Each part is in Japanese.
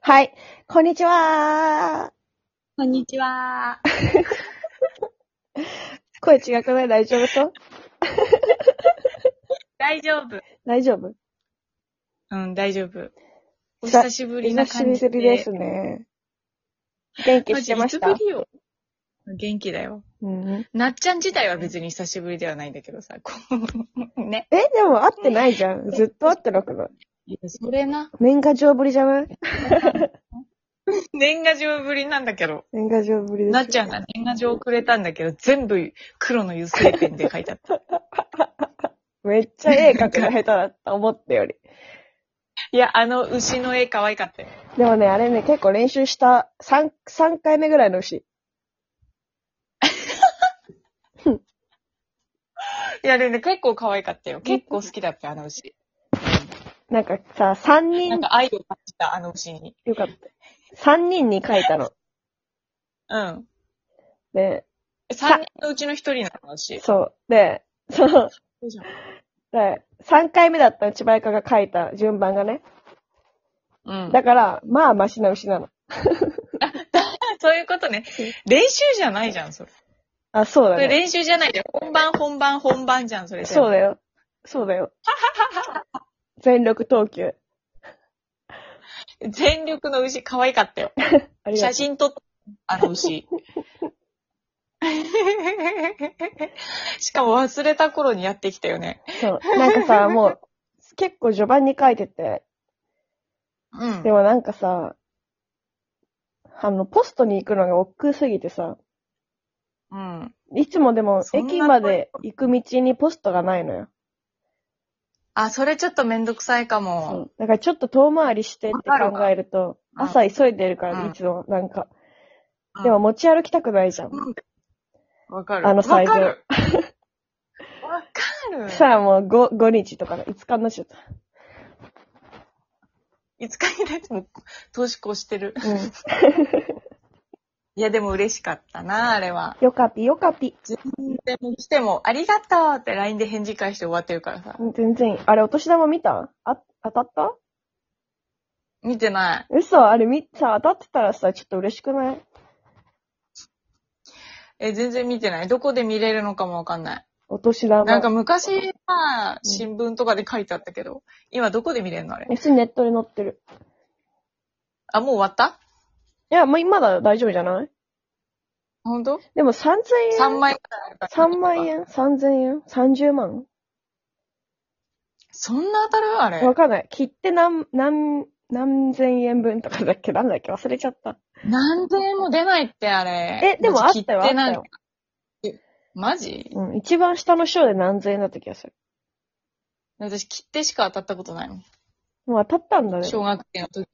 はい。こんにちはこんにちは。声違くない大丈夫そう大丈夫。大丈夫うん、大丈夫。おさ久しぶりな久感しじで。ぶりですね。元気してましたマジいつぶりよ。元気だよ。うん、なっちゃん自体は別に久しぶりではないんだけど さ、こう、ね。え、でも会ってないじゃん。ずっと会ってなくないいやそれな。年賀状ぶりじゃない年賀状ぶりなんだけど。年賀状ぶりです。なっちゃんが年賀状くれたんだけど、全部黒の油性ペンで書いてあ った。めっちゃ絵描くの下手だった、思ったより。いや、あの牛の絵可愛かったよ。でもね、あれね、結構練習した3、三回目ぐらいの牛。いや、でね、結構可愛かったよ。結構好きだったよ、あの牛。なんかさ、3なん人、か愛を感じた、あの牛に。よかった。3人に描いたの。うん。で、三人のうちの一人なのし。そう。で、その、そうじゃんで、3回目だったの、千葉ゆかが書いた順番がね。うん。だから、まあ、マシな牛なの。 そういうことね。練習じゃないじゃん、それ。あ、そうそだれね。練習じゃないじゃん。本番、本番、本番じゃん、それ。そうだよ。よ。そうだよ。全力投球。全力の牛、可愛かったよ。ありがと写う。真撮った、あの牛。しかも忘れた頃にやってきたよね。そう。なんかさ、もう、結構序盤に書いてて、うんで。もなんかさ、あの、ポストに行くのが億劫すぎてさ、うん。いつもでもそんな駅まで行く道にポストがないのよ。あ、それちょっとめんどくさいかそも。う。だからちょっと遠回りしてって考えると、わか朝急いでるかうら、んいつも、なんか。うんでも持ち歩きたくないじゃん。わかる。あのサイズ わかる。わかる。さあもう 5, 5日とかの5日になっちゃった。いつかになっても、年越してる。うん。いや、でも嬉しかったな、あれは。よかぴよかぴ。でも来ても、ありがとうって LINE で返事返して終わってるからさ。全然いい、あれお年玉見たあ、当たった見てない。嘘あれ見、さ、当たってたらさ、ちょっと嬉しくないえ、全然見てない。どこで見れるのかもわかんない。お年玉。なんか昔さ、新聞とかで書いてあったけど、今どこで見れるのあれ。普通にネットで載ってる。あ、もう終わったいや、もう今だ大丈夫じゃないほんとでも3000 ?3 円。万円3万。円 ?3000 円 ?30 万そんな当たるあれわ。かんない。切って何、何、何千円分とかだっけなんだっけ忘れちゃった。何千円も出ないってあれ。えでもあったよ切ってないあっえマジうん。一番下の章で何千円だった気がする。私切手しか当たったことないもん。もう当たったんだね。小学生の時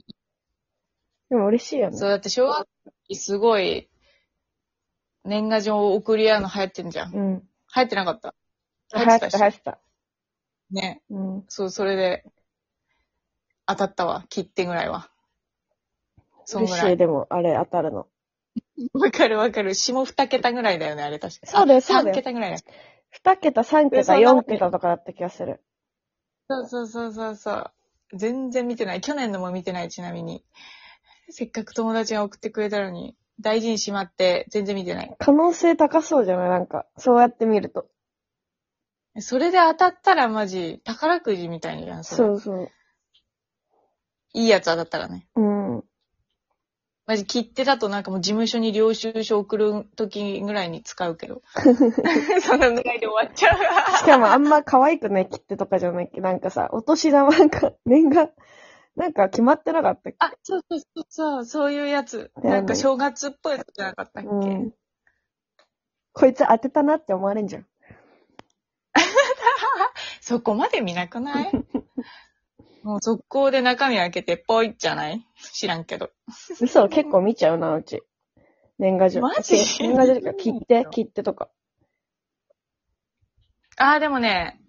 でも嬉しいよね。そう、だって小学生すごい、年賀状を送り合うの流行ってんじゃん。流うん。行ってなかった。流行った、流行ってた。ね。うん。そう、それで、当たったわ。切手ぐらいは。そん嬉ぐしらい、い。でも、あれ、当たるの。わかるわかる。下二桁ぐらいだよね、あれ確か。そうだよあそうだよ三桁ぐらいだよ。二桁、三え桁、そんな四桁とかだった気がする。そうそうそうそうそう。全然見てない。去年のも見てない、ちなみに。せっかく友達が送ってくれたのに、大事にしまって、全然見てない。可能性高そうじゃないなんか、そうやって見ると。それで当たったらマジ、宝くじみたいにじゃん、それ。そうそいいやつ当たったらね。う。うん。マジ切手だとなんかもう事務所に領収書送る時ぐらいに使う けど。そんなぐらいで終わっちゃしかも、あんま可愛くない切手とかじゃないっけなんかさ、お年玉なんか、年賀、なんか決まってなかったっあ、そうそうそうそう、そういうやつ。だよねなんか正月っぽいやつじゃなかったっけけ、うん。こいつ当てたなって思われんじゃん。そこまで見なくない もう速攻で中身開けてポイじゃない知らんけど。嘘、結構見ちゃうな、うち。年賀状。マジ年賀状とか、切 手、切手とか。あーでもね、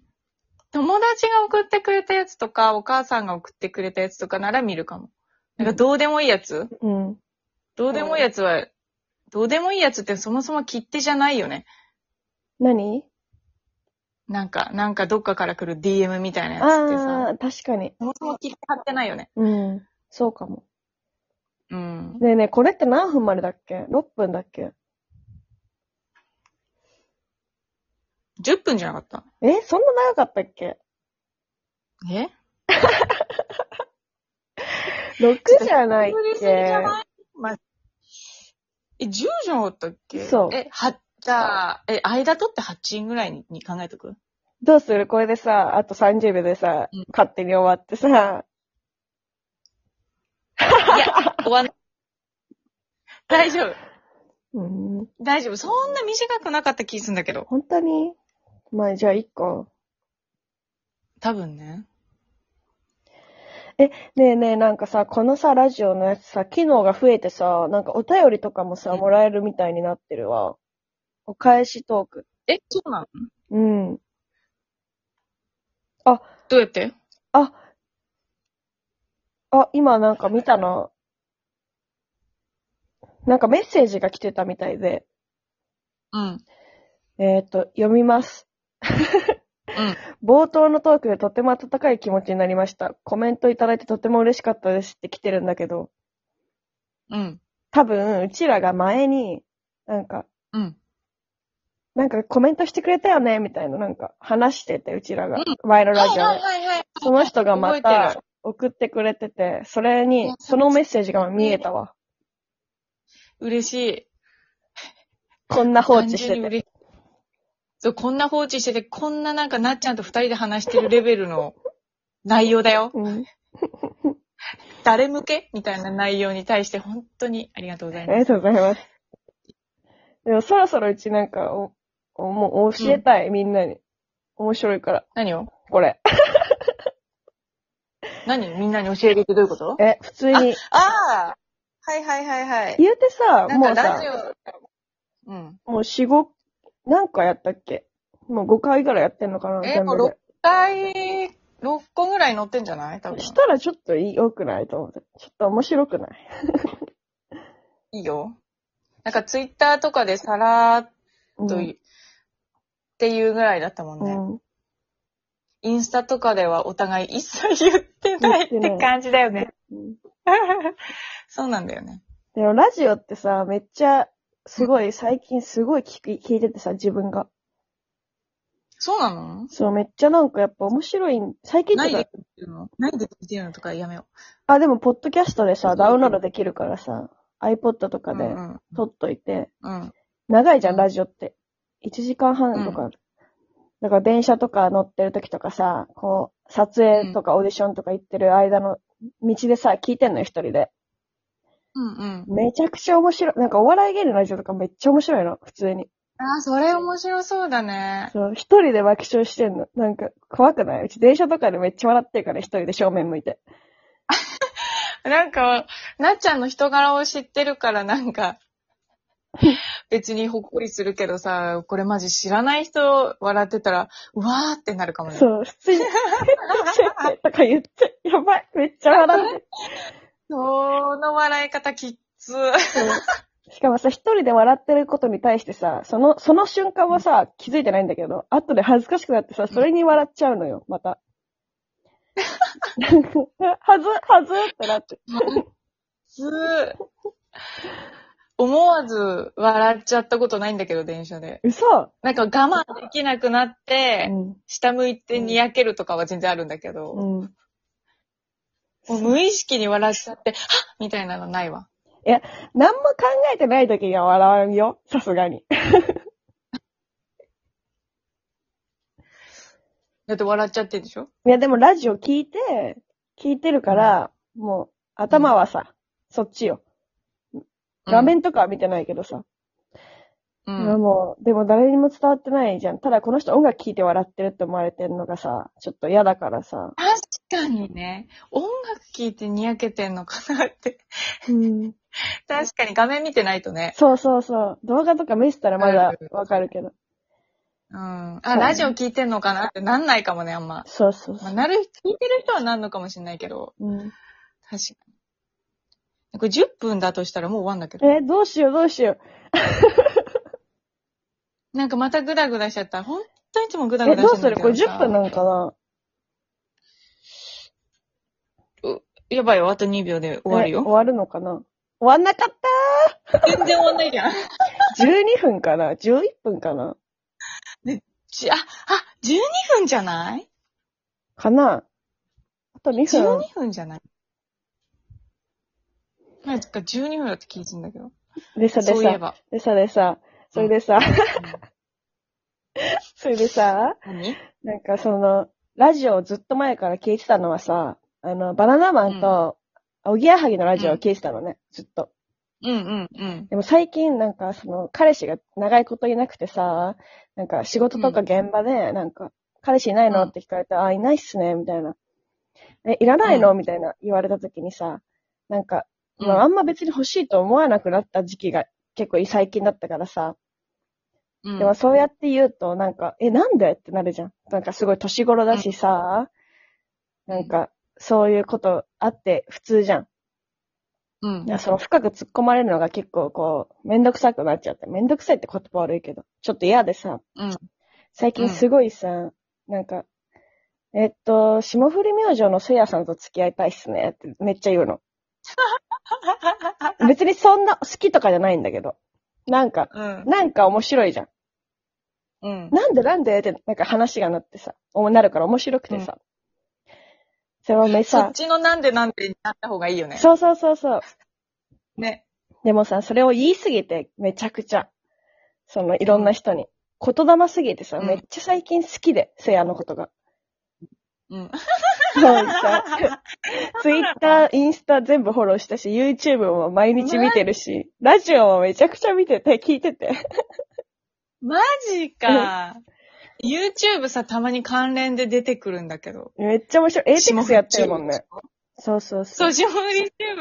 友達が送ってくれたやつとか、お母さんが送ってくれたやつとかなら見るかも。なんかどうでもいいやつうん。どうでもいいやつは、どうでもいいやつってそもそも切手じゃないよね。何なんか、なんかどっかから来る DM みたいなやつってさ、ああー、確かに。そもそも切手貼ってないよね。うん。そうかも。うん。ねえねえ、これって何分までだっけ ?6 分だっけ10分じゃなかったえそんな長かったっけえ ?6 じゃないっ無理すぎじけゃないま、え、10じゃなかったっけそうえ、は、じゃあ、え、間取って8ぐらいにに考えと くどうするこれでさ、あと30秒でさうん、勝手に終わってさ、いや、終わん、大丈夫。うん、大丈夫。そんな短くなかった気すんだけど。本当にまあじゃあ1個。多分ね。ねえねえ、なんかさ、このさ、ラジオのやつさ、機能が増えてさ、なんかお便りとかもさ、うんもらえるみたいになってるわ。お返しトーク。え、そうなのうん。どうやってあ、今なんか見たな。なんかメッセージが来てたみたいで。うん。えっ、と、読みます。うん。冒頭のトークでとても温かい気持ちになりました。コメントいただいてとても嬉しかったですって来てるんだけど、うん。多分、うちらが前に、なんか、うん。なんかコメントしてくれたよね、みたいな、なんか話してて、うちらが。前のラジオはいで。はいはい。その人がま覚えてた送ってくれてて、それに、そのメッセージが見えたわ。嬉しい。こんな放置し単純てにて。嬉しいそう、こんな放置してて、こんななんかなっちゃんと二人で話してるレベルの内容だよ。うん、誰向けみたいな内容に対して本当にありがとうござあいります。がとうございます。でもそろそろうちなんかお、おもう教えたい、みんなに。面白いから、何をこれ。何みんなに教えるってどういうことえ、普通に。ああはいはいはいはい。言うてさ、なんもかうラさジ、オ、うん。もう四五、何回やったっけもう5回ぐらいやってんのかなえ、全も部う6で。回、6個ぐらい乗ってんじゃない多分。したらちょっと良くないと思って。ちょっと面白くないいいよ。なんかツイッターとかでさらーっうんとい、っていうぐらいだったもんね。うん。インスタとかではお互い一切言ってないっ言ってなてい感じだよね。うん そうなんだよね。でもラジオってさ、めっちゃ、すごい、最近すごい聞く、聞いててさ、自分が。そうなのそう、めっちゃなんかやっぱ面白い、最近っ何てで聞か、いてるの何で聞いてるのとかやめよあ、でも、ポッドキャストでさ、ダウンロードできるからさ、iPod とう。かでうん撮っといて、うん。うん。長いじゃ、うんんラジオって。1時間半とか。だから電車とか乗ってる時とかさ、こう、撮影とかオーディションとか行ってる間の道でさ、聞いてんのよ、一人で。うんうん。めちゃくちゃ面白い。なんかお笑い芸人のラジオとかめっちゃ面白いの、普通に。あー、それ面白そうだね。そう、一人で爆笑してんの。なんか、怖くないうち電車とかでめっちゃ笑ってるから、一人で正面向いて。なんか、なっちゃんの人柄を知ってるからなん か、別にほっこりするけどさ、これマジ知らない人笑ってたら、うわーってなるかもね。そう、普通に、 先生とか言って、やばい、めっちゃ笑ってるその笑い方きっつ。 しかもさ、一人で笑ってることに対してさ、その、その瞬間はさ、気づいてないんだけど、後で恥ずかしくなってさ、それに笑っちゃうのよ、また。 なんかはず、はずってなって。 ずー思わず笑っちゃったことないんだけど、電車で。嘘なんか我慢できなくなっうて、ん。下向いてにやけるとかは全然あるんだけど、うん。もう無意識に笑っちゃって、はっみたいなのないわ。何も考えてない時には笑わんよ、さすがに。だって笑っちゃってんでしょいや、でもラジオ聞いて、聞いてるから、もう、頭はさ、そっちよ。画面とかは見てないけどさ。ういやん。もう、でも誰にも伝わってないじゃん。ただこの人音楽聴いて笑ってるって思われてんのがさ、ちょっと嫌だからさ。確かにね、音楽聴いてにやけてんのかなって。うん。確かに画面見てないとね。そうそうそう。動画とか見せたらまだうんわかるけど。うん。あ、ラジオ聴いてんのかなってなんないかもね、あんま。そうそうそまあ、う。なる、聞いてる人はなんのかもしれないけど、うん、確かに。これ10分だとしたらもう終わんだけど。え、どうしようどうしよう。なんかまたグダグダしちゃった。ほんといつもグダえ、グダどしうてんだすけるこどれ10分なのかなやばいよ、あと2秒で終わるえよ終。わるのかな終わんなかっ全然終わんないじゃん。た !12 分かな ?11 分かなじあ、あ、12分じゃないかなあと2分。 ?12 分じゃないなんか12分だって聞いてんだけど。でさでそういえさ、 ば。でさでさ、それでさ、それでさ、何なんかその、ラジオをずっと前から聞いてたのはさ、あの、バナナマンと、おぎやはぎのラジオを聞いてたのね、ずっと。うんうんうん。でも最近なんかその彼氏が長いこといなくてさ、なんか仕事とか現場でなんか彼氏いないのうんって聞かれたら、あ、いないっすね、みたいな。え、いらないのみたいな言われた時にさ、なんか、まああんま別に欲しいと思わなくなった時期が結構最近だったからさ、うん、でもそうやって言うとなんか、え、なんでってなるじゃん。なんかすごい年頃だしさ、なんかそういうことあって普通じゃん。うんい。や、その深く突っ込まれるのが結構こう、めんどくさくなっちゃって、めんどくさいって言葉悪いけど、ちょっと嫌でさ、うん最近すごいさ、なんか、えっと、霜降り明星のせいやさんと付き合いたいっすねってめっちゃ 言うの。別にそんな好きとかじゃないんだけど、なんか、うん。なんか面白いじゃん。うん。なんでなんでってなんか話がなってさ、おなるから面白くてさ。それをめそっさ、ちのなんでなんでになった方がいいよね。そうそうそうそう。ね。でもさ、それを言いすぎて、めちゃくちゃ、その、いろんな人に。言霊すぎてさ、うんめっちゃ最近好きで、せいやのこと が。うん。そうさ、ツイッター、インスタ全部フォローしたし、YouTube も毎日見てるし、ラジオもめちゃくちゃ見てて、聞いてて。マジか。YouTube さ、たまに関連で出てくるんだけど。めっちゃ面白い。エイテックスやってるもんね。そうそうそうそう、霜降り YouTube